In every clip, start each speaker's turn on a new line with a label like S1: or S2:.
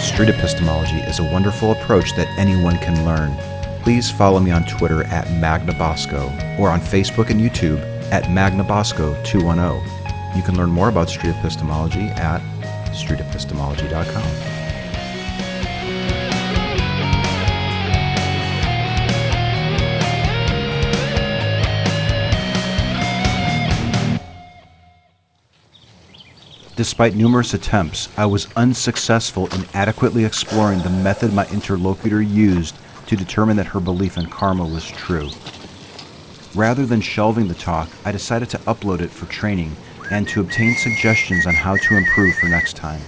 S1: Street epistemology is a wonderful approach that anyone can learn. Please follow me on Twitter at MagnaBosco or on Facebook and YouTube at MagnaBosco210. oh. You can learn more about street epistemology at streetepistemology.com. Despite numerous attempts, I was unsuccessful in adequately exploring the method my interlocutor used to determine that her belief in karma was true. Rather than shelving the talk, I decided to upload it for training and to obtain suggestions on how to improve for next time.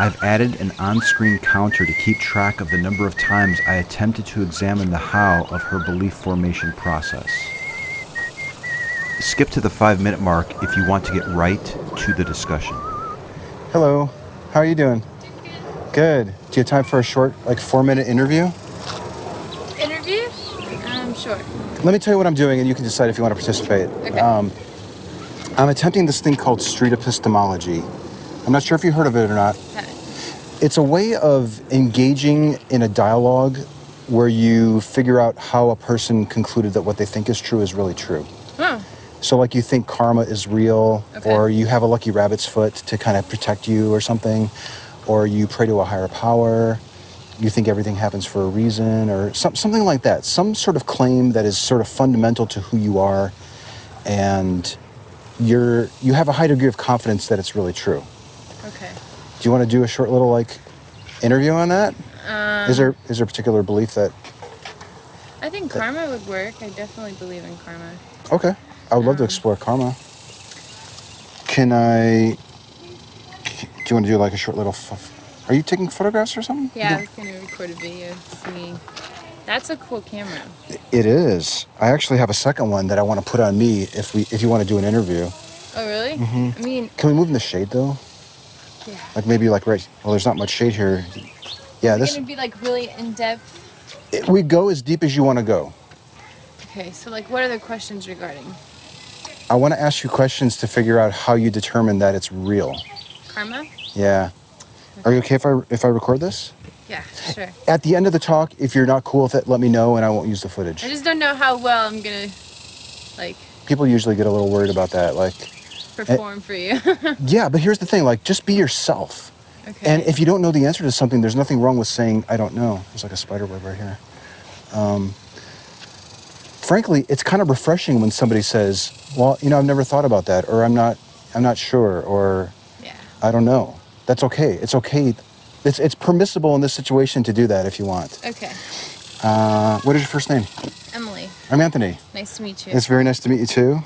S1: I've added an on screen counter to keep track of the number of times I attempted to examine the how of her belief formation process. Skip to the five minute mark if you want to get right to the discussion.
S2: Hello. How are you doing? Good. Do you have time for a short, like four minute interview?
S3: Interview? Um, sure.
S2: Let me tell you what I'm doing and you can decide if you want to participate.
S3: Okay.
S2: Um, I'm attempting this thing called street epistemology. I'm not sure if you heard of it or not. It's a way of engaging in a dialogue where you figure out how a person concluded that what they think is true is really true.
S3: Huh.
S2: So, like, you think karma is real,
S3: Okay.
S2: or you have a lucky rabbit's foot to kind of protect you or something, or you pray to a higher power, you think everything happens for a reason, or some, something like that. Some sort of claim that is sort of fundamental to who you are, and you're, you have a high degree of confidence that it's really true.
S3: Okay.
S2: Do you want to do a short little, like, interview on that? Is there, is there a particular belief that,
S3: I think karma would work. I definitely believe in karma.
S2: okay, I would love to explore karma. Can I, c- do you want to do, like, a short little, f- are you taking photographs or something?
S3: Yeah, I was gonna record a video. It's me. That's a cool camera.
S2: It is. I actually have a second one that I want to put on me if we if you want to do an interview.
S3: Oh, really? Mm-hmm. I mean,
S2: Can we move in the shade though?
S3: yeah.
S2: Like maybe like right. Well, there's not much shade here. Yeah,
S3: It's
S2: this
S3: gonna be like really in depth.
S2: it, we go as deep as you want to go.
S3: Okay, so like, what are the questions regarding
S2: I want to ask you questions to figure out how you determine that it's real.
S3: karma?
S2: Yeah. Are you okay if I if I record this?
S3: Yeah, sure.
S2: At the end of the talk, if you're not cool with it, let me know and I won't use the footage.
S3: I just don't know how well I'm gonna like
S2: People usually get a little worried about that. Like,
S3: perform for you.
S2: yeah, but here's the thing. Like, just be yourself.
S3: okay.
S2: And if you don't know the answer to something, there's nothing wrong with saying, I don't know. There's like a spider web right here. Um, frankly, it's kind of refreshing when somebody says, well, you know, I've never thought about that, or I'm not, I'm not sure, or
S3: yeah.
S2: I don't know. That's okay. It's okay. It's, it's permissible in this situation to do that if you want.
S3: Okay.
S2: Uh, what is your first name?
S3: Emily,
S2: I'm Anthony.
S3: nice to meet you.
S2: It's very nice to meet you too.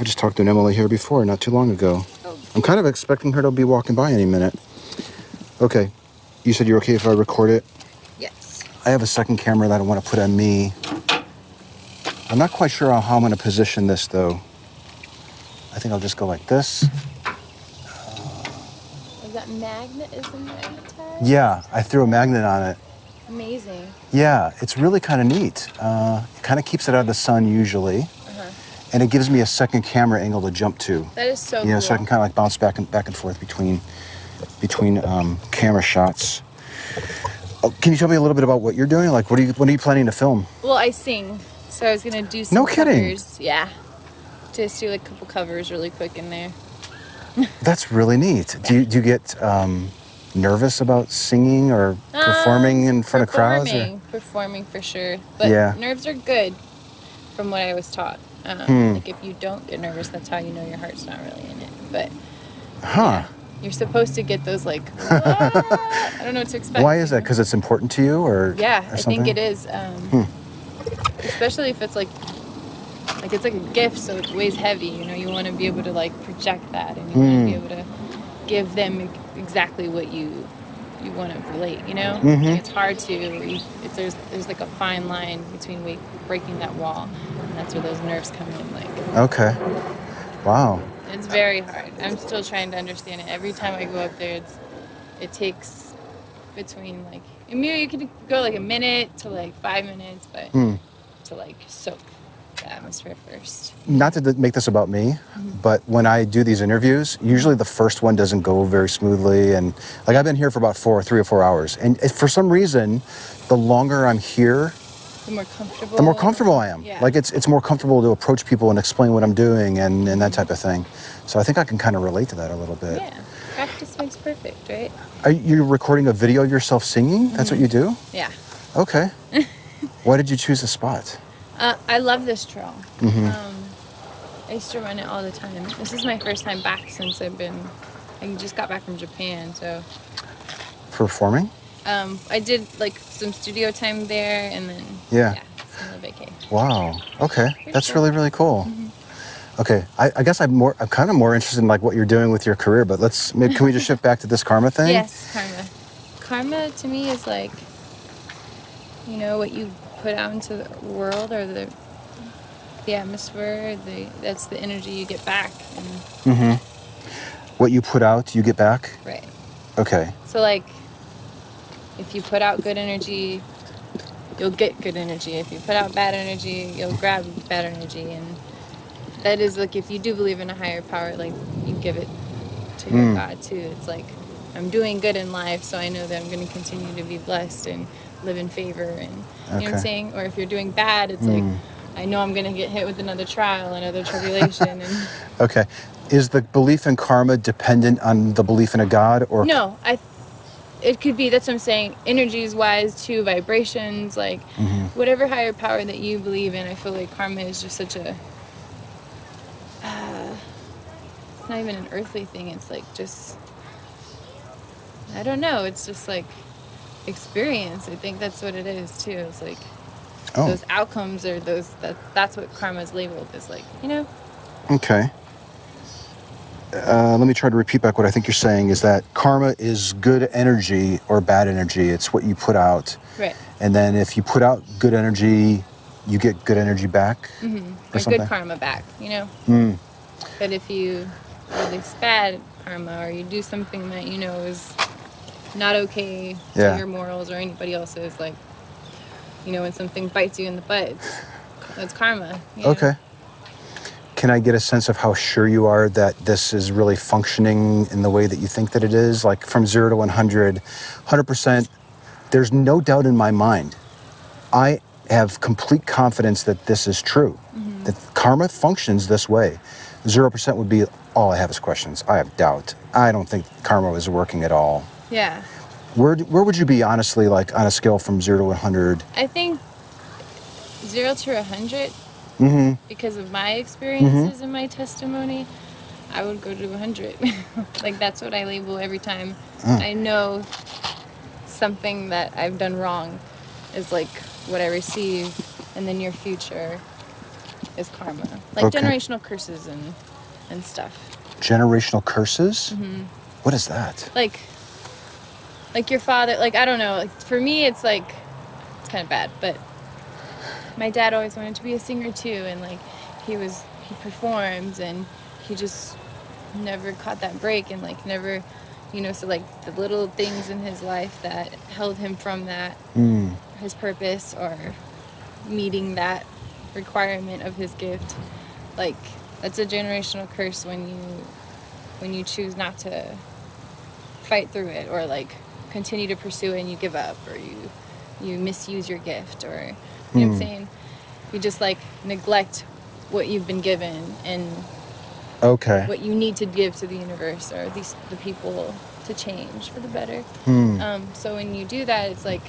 S2: I just talked to an Emily here before, not too long ago.
S3: Oh,
S2: I'm kind of expecting her to be walking by any minute. Okay. You said you're okay if I record it.
S3: yes.
S2: I have a second camera that I want to put on me. I'm not quite sure how I'm going to position this though. I think I'll just go like this.
S3: Is that magnetism magnetized?
S2: Yeah, I threw a magnet on it.
S3: Amazing.
S2: Yeah, it's really kind of neat. Uh, it kind of keeps it out of the sun usually,
S3: Uh-huh.
S2: and it gives me a second camera angle to jump to.
S3: That is so
S2: yeah,
S3: cool.
S2: so I can kind of like bounce back and back and forth between between um, camera shots. Oh, can you tell me a little bit about what you're doing? Like, what are you what are you planning to film?
S3: Well, I sing, so I was gonna do some
S2: No kidding.
S3: covers. Yeah, just do like a couple covers really quick in there.
S2: That's really neat. Do you, do you get um, nervous about singing or performing in front of crowds? Or?
S3: Um, Performing, performing for sure. But
S2: Yeah.
S3: nerves are good, from what I was taught. Um,
S2: Hmm.
S3: Like if you don't get nervous, that's how you know your heart's not really in it. But
S2: Huh?
S3: you're supposed to get those like. I don't know what to expect.
S2: Why
S3: you
S2: is that?
S3: know?
S2: Because it's important to you, or
S3: Yeah,
S2: or
S3: I
S2: something? Hmm.
S3: think it is. Um, Especially if it's like, like it's like a gift, so it weighs heavy. You know, you want to be able to like project that, and you want to be
S2: Hmm.
S3: able to give them ex- exactly what you you want to relate. You know,
S2: Mhm.
S3: it's hard to. You, it's, there's there's like a fine line between wake, breaking that wall, and that's where those nerves come in. Like,
S2: Okay. Wow.
S3: it's very hard. I'm still trying to understand it. Every time I go up there, it's it takes between like I mean, you could go like a minute to like five minutes, but
S2: Hmm.
S3: to like soak. the atmosphere first.
S2: Not to d- make this about me,
S3: Mm-hmm.
S2: but when I do these interviews, usually the first one doesn't go very smoothly. And like I've been here for about four, three or four hours. And if for some reason, the longer I'm here,
S3: The more comfortable.
S2: the more comfortable I am.
S3: Yeah.
S2: Like it's it's more comfortable to approach people and explain what I'm doing and, and that type of thing. So I think I can kind of relate to that a little bit.
S3: Yeah. Practice makes perfect, right?
S2: Are you recording a video of yourself singing? That's what you do?
S3: Yeah.
S2: Okay. Why did you choose a spot?
S3: Uh, I love this trail.
S2: Mm-hmm.
S3: Um, I used to run it all the time. This is my first time back since I've been. I just got back from Japan, so
S2: Performing?
S3: um, I did like some studio time there, and then
S2: Yeah.
S3: some little vacay.
S2: Wow. Okay.
S3: Pretty
S2: That's
S3: cool. Mm-hmm.
S2: really, really cool. Okay. I, I guess I'm more I'm kind of more interested in like what you're doing with your career, but let's maybe can we just shift back to this karma thing?
S3: Yes, karma. Karma to me is like, you know, what you put out into the world or the the atmosphere. The that's the energy you get back. And,
S2: What you put out, you get back.
S3: right.
S2: Okay.
S3: So like, if you put out good energy, you'll get good energy. If you put out bad energy, you'll grab bad energy. And that is like, if you do believe in a higher power, like you give it to your
S2: Mm.
S3: God too. It's like I'm doing good in life, so I know that I'm going to continue to be blessed and live in favor. And you know what
S2: Okay.
S3: I'm saying? Or if you're doing bad, it's
S2: Mm.
S3: like I know I'm going to get hit with another trial, another tribulation, and.
S2: Okay. Is the belief in karma dependent on the belief in a god or
S3: No, I. It could be. That's what I'm saying. Energies wise, too, vibrations, like
S2: Mm-hmm.
S3: whatever higher power that you believe in. I feel like karma is just such a. Uh, it's not even an earthly thing. It's like just. I don't know. It's just like experience. I think that's what it is too. It's like
S2: Oh,
S3: those outcomes or those. That that's what karma is labeled as. Like you know.
S2: okay. Uh, let me try to repeat back what I think you're saying is that karma is good energy or bad energy. It's what you put out.
S3: Right.
S2: And then if you put out good energy, you get good energy back
S3: Mm-hmm.
S2: or
S3: Or
S2: something.
S3: good karma back. You know.
S2: Mm.
S3: But if you release bad karma or you do something that you know is not okay
S2: Yeah.
S3: to your morals or anybody else's, like, you know, when something bites you in the butt, it's, it's karma. you know?
S2: Okay. Can I get a sense of how sure you are that this is really functioning in the way that you think that it is? Like from zero to 100, 100%, there's no doubt in my mind. I have complete confidence that this is true, that karma functions this way. 0% would be all I have is questions. I have doubt. I don't think karma is working at all.
S3: Yeah.
S2: Where, d- where would you be honestly, like on a scale from zero to 100?
S3: I think zero to a 100,
S2: hmm
S3: because of my experiences and my testimony, I would go to 100. like, that's what I label every time I know something that I've done wrong is like what I receive, and then your future is karma. Like
S2: Okay.
S3: generational curses and, and stuff.
S2: Generational curses? What is that?
S3: like like your father like i don't know like for me it's like it's kind of bad but my dad always wanted to be a singer too and like he was he performed and he just never caught that break and like never you know so like the little things in his life that held him from that
S2: Mm.
S3: his purpose or meeting that requirement of his gift like that's a generational curse when you when you choose not to fight through it or like continue to pursue it and you give up or you you misuse your gift or you know what i'm saying you just like neglect what you've been given and
S2: Okay.
S3: what you need to give to the universe or these the people to change for the better
S2: Hmm.
S3: um, so when you do that, it's like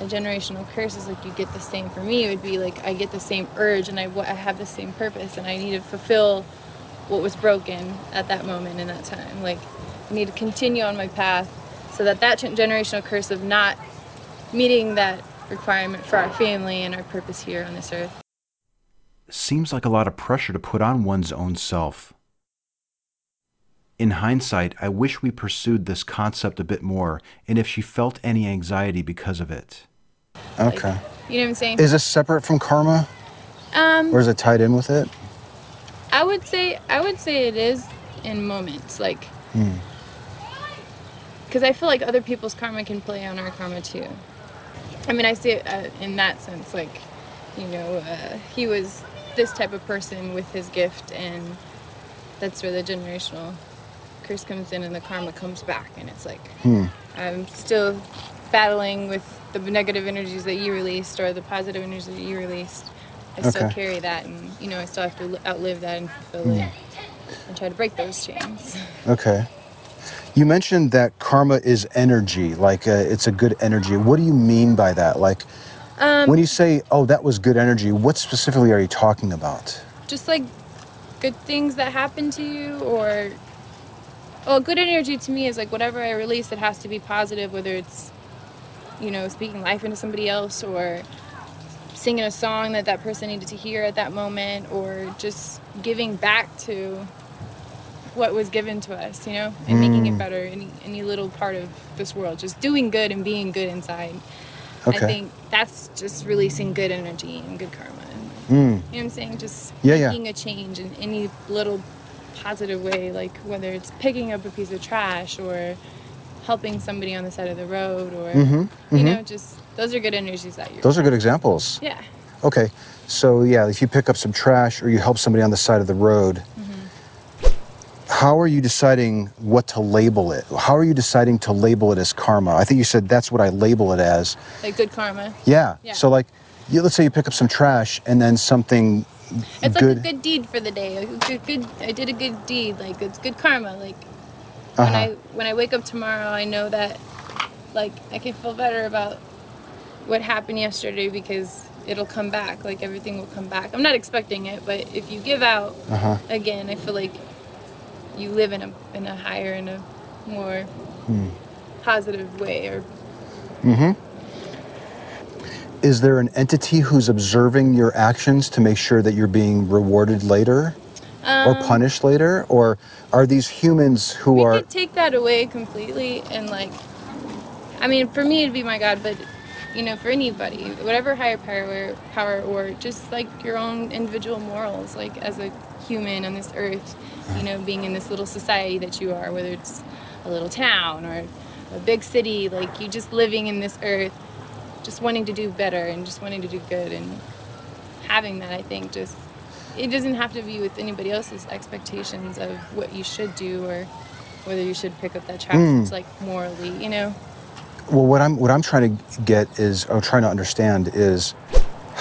S3: a generational curse. Is like you get the same. For me, it would be like I get the same urge, and I, wa- I have the same purpose, and I need to fulfill what was broken at that moment in that time. Like I need to continue on my path, so that that gen- generational curse of not meeting that requirement for our family and our purpose here on this earth.
S1: Seems like a lot of pressure to put on one's own self. In hindsight, I wish we pursued this concept a bit more and if she felt any anxiety because of it.
S3: Like,
S2: Okay.
S3: You know what I'm saying?
S2: Is this separate from karma
S3: Um,
S2: or is it tied in with it?
S3: I would say I would say it is in moments like because I feel like other people's karma can play on our karma too. I mean, I see it uh, in that sense, like you know, uh, he was this type of person with his gift, and that's where the generational curse comes in and the karma comes back, and it's like
S2: Hmm.
S3: I'm still battling with the negative energies that you released or the positive energies that you released. I still
S2: Okay.
S3: carry that, and you know I still have to li- outlive that and fulfill it,
S2: Hmm.
S3: and try to break those chains.
S2: Okay. You mentioned that karma is energy, like uh, it's a good energy. What do you mean by that? Like
S3: Um,
S2: when you say, "Oh, that was good energy," what specifically are you talking about?
S3: just like good things that happen to you or well good energy to me is like whatever i release it has to be positive whether it's you know speaking life into somebody else or singing a song that that person needed to hear at that moment or just giving back to what was given to us you know and making it better any any little part of this world just doing good and being good inside i
S2: Okay.
S3: think that's just releasing good energy and good karma and
S2: Mm.
S3: you know what I'm saying? Just
S2: Yeah, yeah.
S3: making a change in any little positive way, like whether it's picking up a piece of trash or helping somebody on the side of the road or,
S2: Mm-hmm.
S3: you
S2: hmm
S3: know, just those are good energies that you're.
S2: Those are good examples.
S3: Yeah.
S2: Okay. So yeah, if you pick up some trash or you help somebody on the side of the road,
S3: Mm-hmm.
S2: how are you deciding what to label it? How are you deciding to label it as karma? I think you said that's what I label it as.
S3: Like good karma.
S2: Yeah.
S3: Yeah.
S2: So like, you, let's say you pick up some trash and then something
S3: It's like
S2: good.
S3: a good deed for the day. Like a good, good, I did a good deed. Like it's good karma. Like when
S2: Uh-huh.
S3: I when I wake up tomorrow, I know that like I can feel better about what happened yesterday because it'll come back. Like everything will come back. I'm not expecting it, but if you give out
S2: Uh-huh.
S3: again, I feel like you live in a in a higher and a more
S2: Hmm.
S3: positive way. Or
S2: Is there an entity who's observing your actions to make sure that you're being rewarded later or
S3: um,
S2: punished later? Or are these humans who
S3: we
S2: are.
S3: could take that away completely and like, I mean, for me it'd be my God, but you know, for anybody, whatever higher power, power or just like your own individual morals, like as a human on this earth, you know, being in this little society that you are, whether it's a little town or a big city, like you just living in this earth, just wanting to do better and just wanting to do good and having that i think just it doesn't have to be with anybody else's expectations of what you should do or whether you should pick up that trash
S2: Hmm.
S3: it's like morally you know
S2: Well, what I'm what I'm trying to get is, or trying to understand is,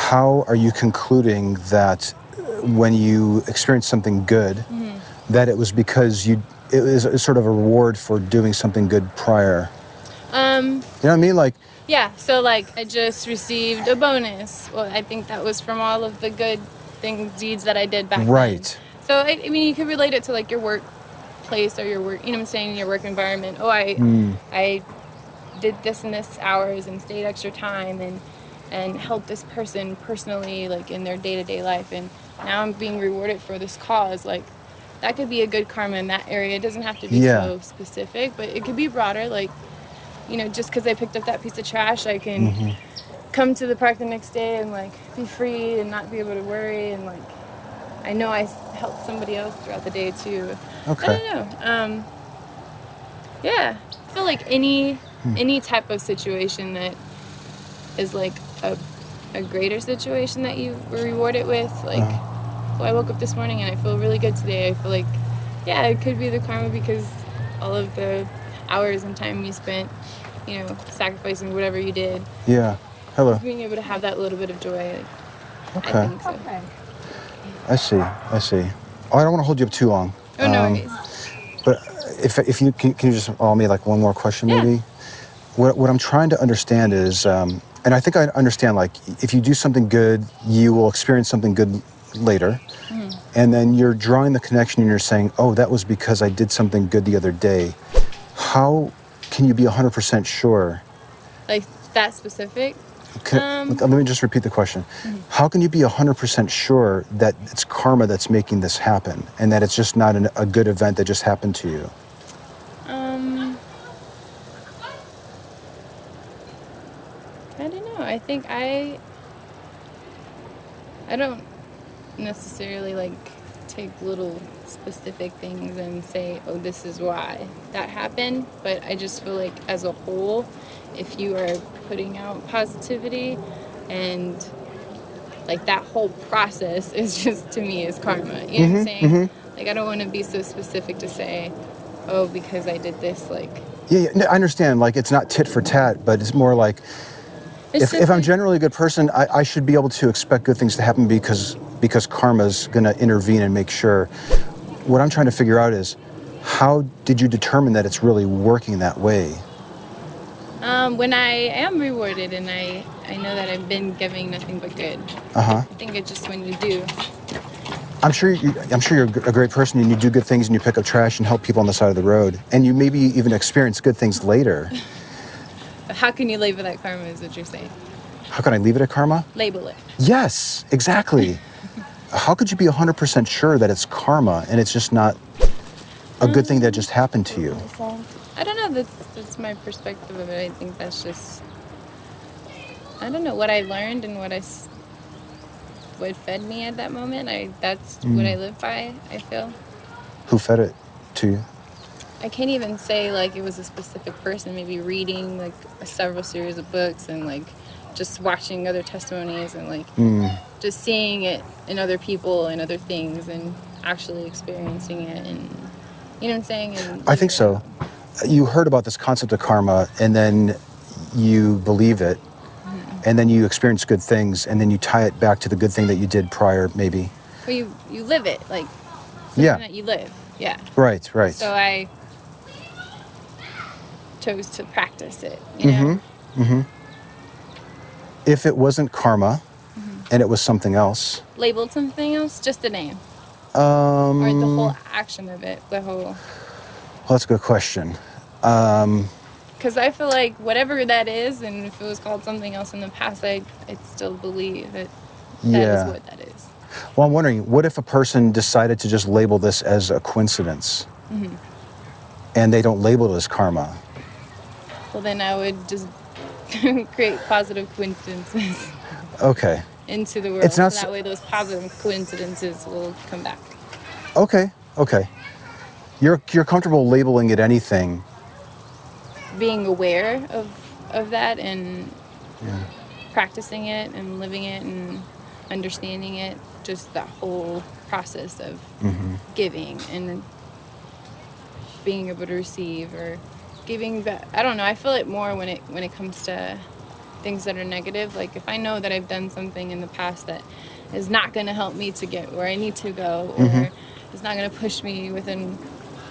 S2: how are you concluding that uh, when you experience something good,
S3: Mm-hmm.
S2: that it was because you it was a sort of a reward for doing something good prior.
S3: um
S2: You know what I mean? Like,
S3: yeah so like i just received a bonus well i think that was from all of the good thing deeds that i did back
S2: right?
S3: then so I, I mean you could relate it to like your workplace or your work you know what i'm saying your work environment oh i
S2: Mm,
S3: i did this and this hours and stayed extra time and and helped this person personally like in their day-to-day life and now i'm being rewarded for this cause like that could be a good karma in that area it doesn't have to be
S2: Yeah.
S3: so specific but it could be broader like you know just because i picked up that piece of trash i can come to the park the next day and like be free and not be able to worry and like i know i s- helped somebody else throughout the day too i
S2: Okay.
S3: don't know um yeah i feel like any
S2: Hmm.
S3: any type of situation that is like a, a greater situation that you were rewarded with. Like,
S2: Uh,
S3: well, I woke up this morning and I feel really good today. I feel like, yeah, it could be the karma because all of the hours and time you spent, you know, sacrificing whatever you did,
S2: yeah. Hello.
S3: being able to have that little bit of joy. Like, I
S2: Okay.
S3: think so. Okay.
S2: I see. I see. Oh, I don't want to hold you up too long.
S3: Oh, no
S2: Um,
S3: worries.
S2: But uh, if, if you can, can you just allow me like one more question
S3: Yeah.
S2: maybe? What, what I'm trying to understand is, um, and I think I understand like if you do something good, you will experience something good later.
S3: Hmm.
S2: And then you're drawing the connection and you're saying, oh, that was because I did something good the other day. How can you be 100% sure?
S3: Like, that specific.
S2: Can,
S3: Um, Hmm.
S2: let me just repeat the question. How can you be 100% sure that it's karma that's making this happen and that it's just not an, a good event that just happened to you?
S3: um, I don't know. I think I, I don't necessarily like take little specific things and say, oh, this is why that happened. But I just feel like, as a whole, if you are putting out positivity and like that whole process is just to me is karma. You know what I'm saying? Like I don't want to be so specific to say, oh, because I did this. Like
S2: Yeah, yeah no, I understand. Like, it's not tit for tat, but it's more like
S3: it's
S2: if,
S3: just
S2: if I'm
S3: like
S2: generally a good person, I, I should be able to expect good things to happen because because karma's going to intervene and make sure. What I'm trying to figure out is how did you determine that it's really working that way?
S3: um, when I am rewarded and I I know that I've been giving nothing but good.
S2: Uh huh.
S3: I think it's just when you do.
S2: I'm sure you, I'm sure you're a gr- a great person and you do good things and you pick up trash and help people on the side of the road and you maybe even experience good things later.
S3: But how can you label that karma? Is what you're saying?
S2: How can I leave it at karma?
S3: Label it.
S2: Yes, exactly. How could you be 100% sure that it's karma and it's just not a good thing that just happened to you?
S3: I don't know. That's that's my perspective of it. I think that's just I don't know what I learned and what I s- what fed me at that moment. I that's what
S2: Mm.
S3: I live by. I feel
S2: Who fed it to you?
S3: I can't even say like it was a specific person. Maybe reading like several series of books and like just watching other testimonies and like
S2: Hmm.
S3: just seeing it in other people and other things and actually experiencing it and you know what I'm saying and
S2: I think
S3: living it
S2: so.
S3: out.
S2: You heard about this concept of karma and then you believe it and then you experience good things and then you tie it back to the good thing that you did prior, maybe.
S3: Well, you you live it like something
S2: Yeah,
S3: that you live. Yeah.
S2: right, right.
S3: So I chose to practice it. You know.
S2: Mm hmm, mm hmm. If it wasn't karma
S3: Mm-hmm.
S2: and it was something else,
S3: labeled something else, just the name or the
S2: um,
S3: whole
S2: well,
S3: action of it, the whole.
S2: that's a good question.
S3: Because I feel like whatever that is, and if it was called something else in the past, I I'd still believe that that is
S2: Yeah.
S3: what that is.
S2: Well, I'm wondering, what if a person decided to just label this as a coincidence and they don't label it as karma?
S3: Well, then I would just create positive coincidences
S2: Okay.
S3: into the
S2: It's
S3: world,
S2: not.
S3: so
S2: s-
S3: that way those positive coincidences will come back.
S2: Okay. Okay. You're you're comfortable labeling it anything.
S3: Being aware of of that and
S2: Yeah.
S3: practicing it and living it and understanding it, just that whole process of
S2: hmm
S3: giving and being able to receive or giving back. I don't know. I feel it more when it when it comes to things that are negative. Like if I know that I've done something in the past that is not going to help me to get where I need to go,
S2: hmm
S3: or is not going to push me within,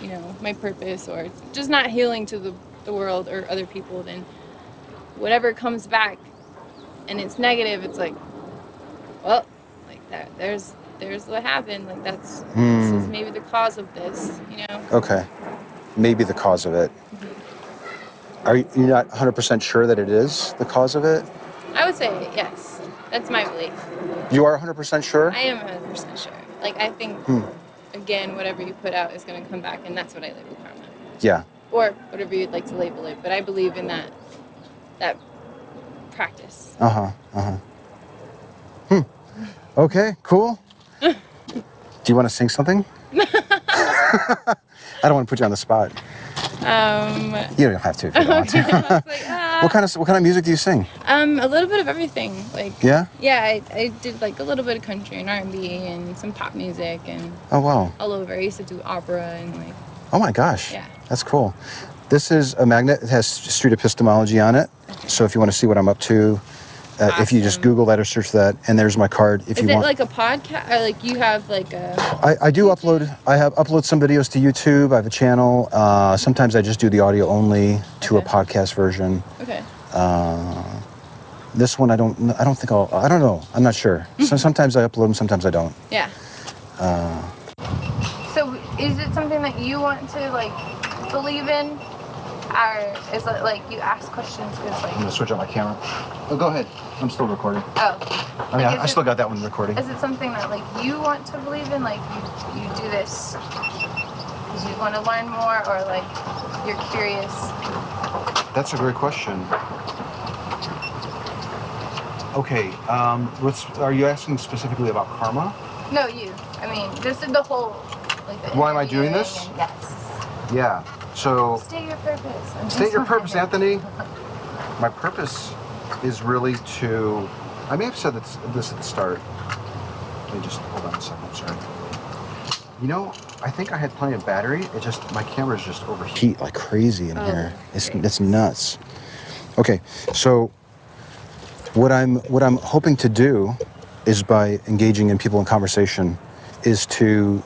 S3: you know, my purpose, or just not healing to the the world or other people, then whatever comes back and it's negative, it's like, well, like that. There's there's what happened. Like that's this is
S2: Mm.
S3: maybe the cause of this. You know.
S2: Okay. Maybe the cause of it. Are you you're not 100% sure that it is the cause of it?
S3: I would say yes. That's my belief.
S2: You are 100% sure?
S3: I am 100% sure. Like, I think,
S2: Hmm.
S3: again, whatever you put out is going to come back, and that's what I label karma.
S2: Yeah.
S3: Or whatever you'd like to label it. But I believe in that that practice.
S2: Uh huh. Uh huh. Hmm. Okay. Cool. Do you want to sing something? I don't want to put you on the spot.
S3: Um,
S2: You don't have to if you don't want
S3: okay, I was
S2: to.
S3: like,
S2: what
S3: ah.
S2: kind of what kind of music do you sing?
S3: Um, a little bit of everything. Like,
S2: Yeah.
S3: yeah, I, I did, like, a little bit of country and R&B and some pop music and
S2: Oh wow.
S3: all over. I used to do opera and, like,
S2: Oh my gosh,
S3: yeah.
S2: that's cool. This is a magnet. It has street epistemology on it.
S3: Okay.
S2: So if you want to see what I'm up to, uh, if you just
S3: Awesome.
S2: Google that or search that, and there's my card. If you
S3: Is it
S2: want,
S3: like a podcast? Or, like, you have, like, a
S2: I, I do
S3: YouTube?
S2: upload. I have upload some videos to YouTube. I have a channel. Uh, sometimes I just do the audio only to a
S3: Okay.
S2: podcast version.
S3: Okay.
S2: Uh, this one I don't. kn- I don't think I'll. I don't know. I'm not sure. So sometimes I upload them. Sometimes I don't.
S3: Yeah.
S2: Uh,
S3: So is it something that you want to like believe in, or is it like you ask questions because
S2: I'm gonna
S3: like
S2: switch out my camera. Oh, go ahead. I'm still recording.
S3: oh,
S2: Mm. I mean,
S3: like
S2: I, I
S3: is
S2: still
S3: it
S2: got that one recording.
S3: is it something that like you want to believe in, like you you do this because you want to learn more, or like you're curious?
S2: That's a great question. Okay, um, what's are you asking specifically about karma?
S3: No, you. I mean, this is the whole like the
S2: Why am I doing
S3: interviewing
S2: this?
S3: and yes.
S2: Yeah. So
S3: State your purpose. I'm
S2: state
S3: just
S2: your purpose,
S3: lying.
S2: Anthony. My purpose is really to I may have said this, this at the start. Let me just hold on a second. Sorry. You know, I think I had plenty of battery. It just my camera's just overheat like crazy in
S3: Oh,
S2: here. It's
S3: great.
S2: it's nuts. Okay, so what I'm what I'm hoping to do is by engaging in people in conversation is to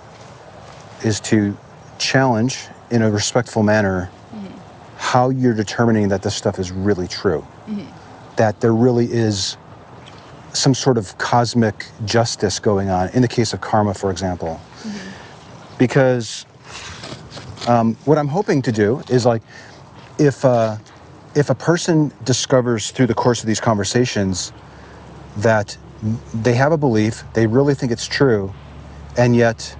S2: is to challenge in a respectful manner how you're determining that this stuff is really true. That there really is some sort of cosmic justice going on in the case of karma, for example. Because um, what I'm hoping to do is like, if uh, if a person discovers through the course of these conversations that they have a belief, they really think it's true, and yet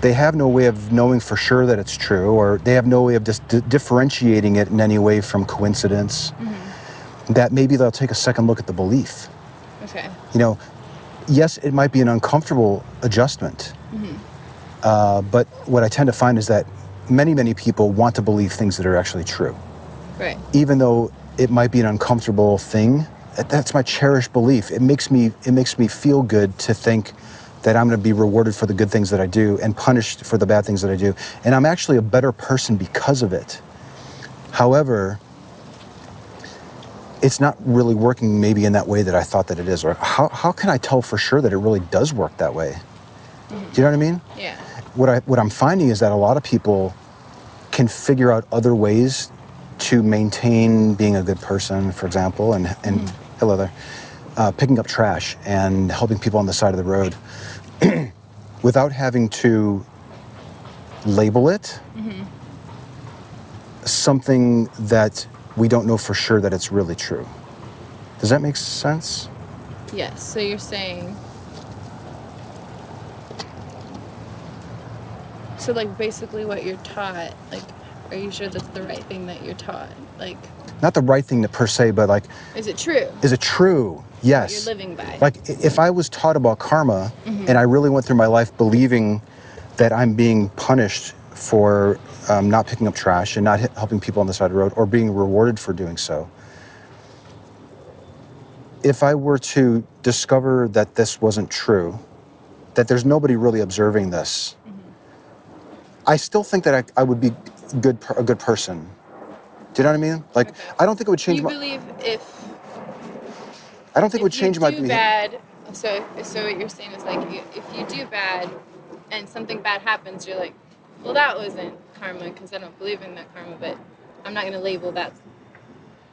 S2: they have no way of knowing for sure that it's true, or they have no way of just di- differentiating it in any way from coincidence, that maybe they'll take a second look at the belief.
S3: Okay.
S2: You know, yes, it might be an uncomfortable adjustment, uh, but what I tend to find is that many, many people want to believe things that are actually true.
S3: Right.
S2: even though it might be an uncomfortable thing that- that's my cherished belief it makes me it makes me feel good to think that i'm going to be rewarded for the good things that i do and punished for the bad things that i do and i'm actually a better person because of it however it's not really working maybe in that way that i thought that it is or how, how can i tell for sure that it really does work that way do you know what i mean
S3: Yeah.
S2: what i what i'm finding is that a lot of people can figure out other ways to maintain being a good person, for example, and, and
S3: Mm-hmm.
S2: hello there, uh, picking up trash and helping people on the side of the road without having to label it
S3: Mm-hmm.
S2: something that we don't know for sure that it's really true. Does that make sense?
S3: Yes. So you're saying. So like basically what you're taught, like, are you sure that's the right thing that you're taught? Like,
S2: Not the right thing to per se, but like,
S3: is it true?
S2: is it true?
S3: What you're
S2: Yes.
S3: living by?
S2: Like i- if I was taught about karma
S3: Mm-hmm.
S2: and I really went through my life believing that I'm being punished for um, not picking up trash and not he- helping people on the side of the road or being rewarded for doing so, if I were to discover that this wasn't true, that there's nobody really observing this,
S3: Mm-hmm.
S2: I still think that I, I would be good per- a good person. Do you know what I mean? Like
S3: Okay.
S2: I don't think it would change
S3: You
S2: my
S3: believe if
S2: I don't think it would
S3: if you
S2: change my
S3: do
S2: behavior.
S3: bad so so what you're saying is like i- if you do bad and something bad happens you're like well that wasn't karma because i don't believe in that karma but i'm not going to label that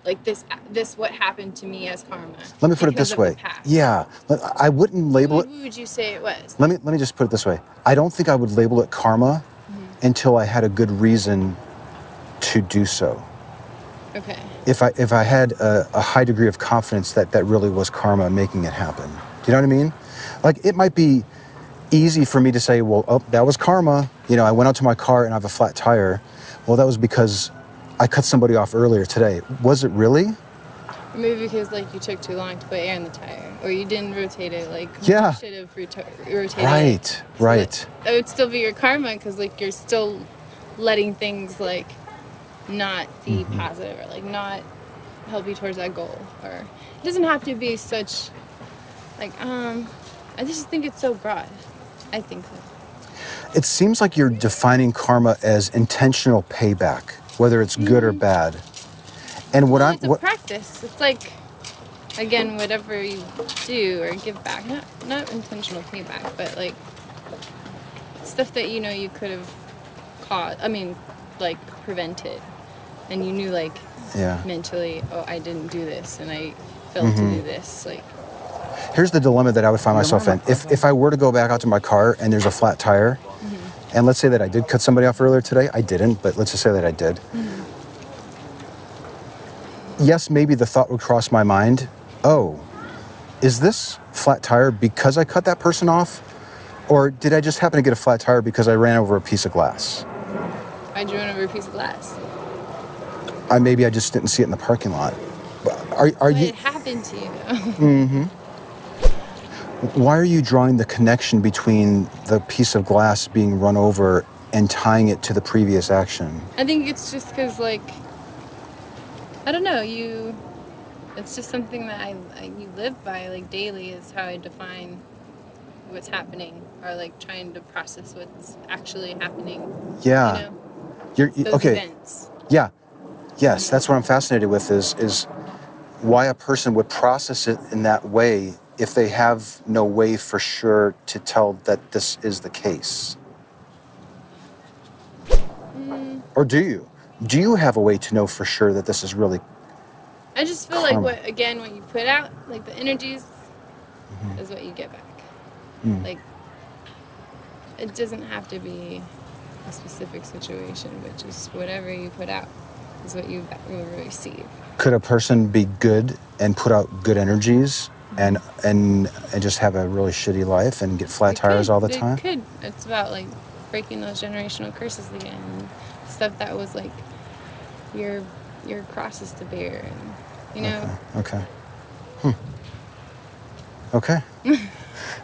S3: like this this what happened to me as karma
S2: Let me put it
S3: because
S2: this
S3: of the
S2: way.
S3: past
S2: Yeah, let- I wouldn't
S3: so
S2: label it
S3: what would you say it was
S2: let me let me just put it this way. I don't think I would label it karma
S3: Mm-hmm.
S2: until I had a good reason to do so.
S3: okay
S2: If I if I had a, a high degree of confidence that that really was karma making it happen. Do you know what I mean? Like it might be easy for me to say, well, oh, that was karma. You know, I went out to my car and I have a flat tire. Well, that was because I cut somebody off earlier today. Was it really?
S3: or maybe because like you took too long to put air in the tire or you didn't rotate it like when you
S2: Yeah.
S3: should have roto- rotated it
S2: Right.
S3: so that,
S2: Right.
S3: that would still be your karma because like you're still letting things like not be
S2: Mm-hmm.
S3: positive or like not help you towards that goal or it doesn't have to be such like um i just think it's so broad i think so
S2: It seems like you're defining karma as intentional payback, whether it's good or bad. And what
S3: Mm-hmm. well
S2: I'm
S3: it's a
S2: what
S3: practice it's like again whatever you do or give back not not intentional payback but like stuff that you know you could have caused i mean like prevented and you knew like
S2: yeah.
S3: mentally oh i didn't do this and i failed to
S2: Mm-hmm.
S3: do this like
S2: Here's the dilemma that I would find myself in. If if I were to go back out to my car and there's a flat tire,
S3: Mm-hmm.
S2: and let's say that I did cut somebody off earlier today, I didn't, but let's just say that I did.
S3: Mm-hmm.
S2: Yes, maybe the thought would cross my mind, "Oh, is this flat tire because I cut that person off?" Or did I just happen to get a flat tire because I ran over a piece of glass?
S3: i drew over a piece of glass
S2: I maybe I just didn't see it in the parking lot. But Are are
S3: but
S2: you
S3: it happened to you though
S2: Why are you drawing the connection between the piece of glass being run over and tying it to the previous action?
S3: I think it's just because, like, I don't know, you, it's just something that I, I you live by like daily is how I define what's happening or like trying to process what's actually happening.
S2: Yeah.
S3: You know,
S2: You're, you-
S3: those
S2: Ah, okay.
S3: events.
S2: Yeah. Yes, that's what I'm fascinated with is is why a person would process it in that way if they have no way for sure to tell that this is the case.
S3: Mm,
S2: Or do you? Do you have a way to know for sure that this is really
S3: I just feel like
S2: karma?
S3: what again what you put out like the energies
S2: Mm-hmm.
S3: is what you get back.
S2: Mm.
S3: Like it doesn't have to be a specific situation, but just whatever you put out is what you will receive.
S2: Could a person be good and put out good energies
S3: Mm-hmm.
S2: and and and just have a really shitty life and get flat
S3: It
S2: tires
S3: could.
S2: all the
S3: It
S2: time?
S3: could. It's about like breaking those generational curses again, and stuff that was like your your crosses to bear, and you know.
S2: Okay. Okay. Hmm. Okay.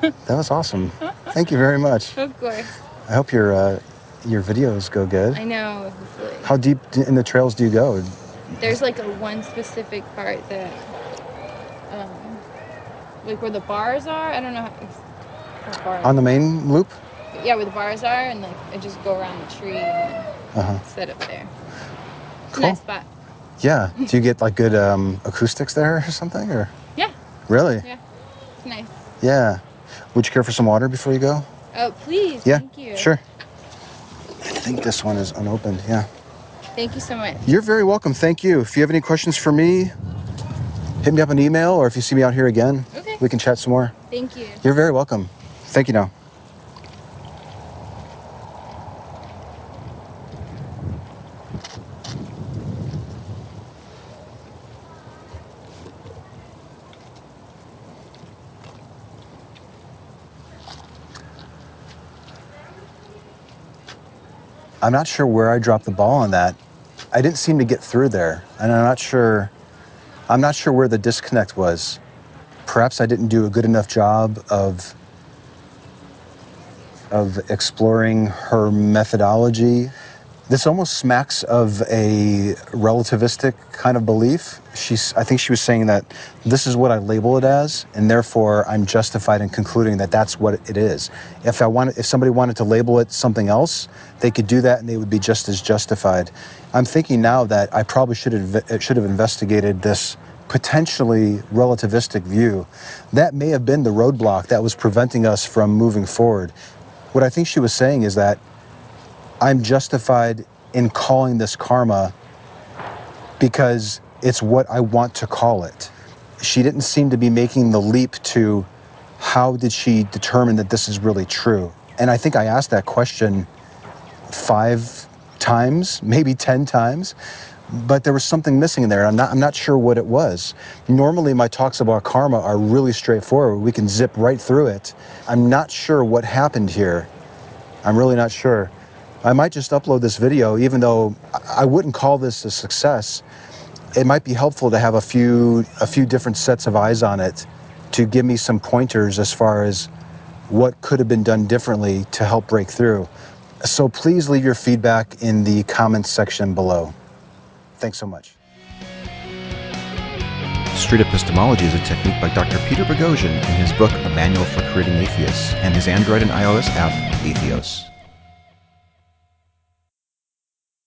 S2: That was awesome. Thank you very much.
S3: Of course.
S2: I hope your uh, your videos go good.
S3: I know. Hopefully,
S2: How deep d- in the trails do you go?
S3: there's like a one specific part that, um, like where the bars are. I don't know. How, it's not bars.
S2: On the main loop?
S3: But yeah, where the bars are, and like I just go around the tree and
S2: Uh huh.
S3: set up there. It's a nice
S2: Cool.
S3: spot.
S2: Yeah. Do you get like good um, acoustics there or something? Or
S3: Yeah.
S2: really?
S3: Yeah. It's nice.
S2: Yeah. Would you care for some water before you go?
S3: Oh, please.
S2: Yeah.
S3: Thank you.
S2: Sure. I think this one is unopened. Yeah.
S3: Thank you so much.
S2: You're very welcome. Thank you. If you have any questions for me, hit me up an email, or if you see me out here again,
S3: Okay.
S2: we can chat some more.
S3: Thank you.
S2: You're very welcome. Thank you. Now. I'm not sure where I dropped the ball on that. I didn't seem to get through there, and I'm not sure. I'm not sure where the disconnect was. Perhaps I didn't do a good enough job of of exploring her methodology. This almost smacks of a relativistic kind of belief. She's, I think she was saying that this is what I label it as, and therefore I'm justified in concluding that that's what it is. If I wanted, if somebody wanted to label it something else, they could do that, and they would be just as justified. I'm thinking now that I probably should have uh, should have investigated this potentially relativistic view. That may have been the roadblock that was preventing us from moving forward. What I think she was saying is that I'm justified in calling this karma because it's what I want to call it. She didn't seem to be making the leap to how did she determine that this is really true? And I think I asked that question five times, maybe 10 times, but there was something missing in there. I'm not, I'm not sure what it was. Normally, my talks about karma are really straightforward. We can zip right through it. I'm not sure what happened here. I'm really not sure. I might just upload this video, even though I I wouldn't call this a success. It might be helpful to have a few a few different sets of eyes on it to give me some pointers as far as what could have been done differently to help break through. So please leave your feedback in the comments section below. Thanks so much.
S1: Street epistemology is a technique by Dr. Peter Boghossian in his book A Manual for Creating Atheists and his Android and iOS app, Atheos.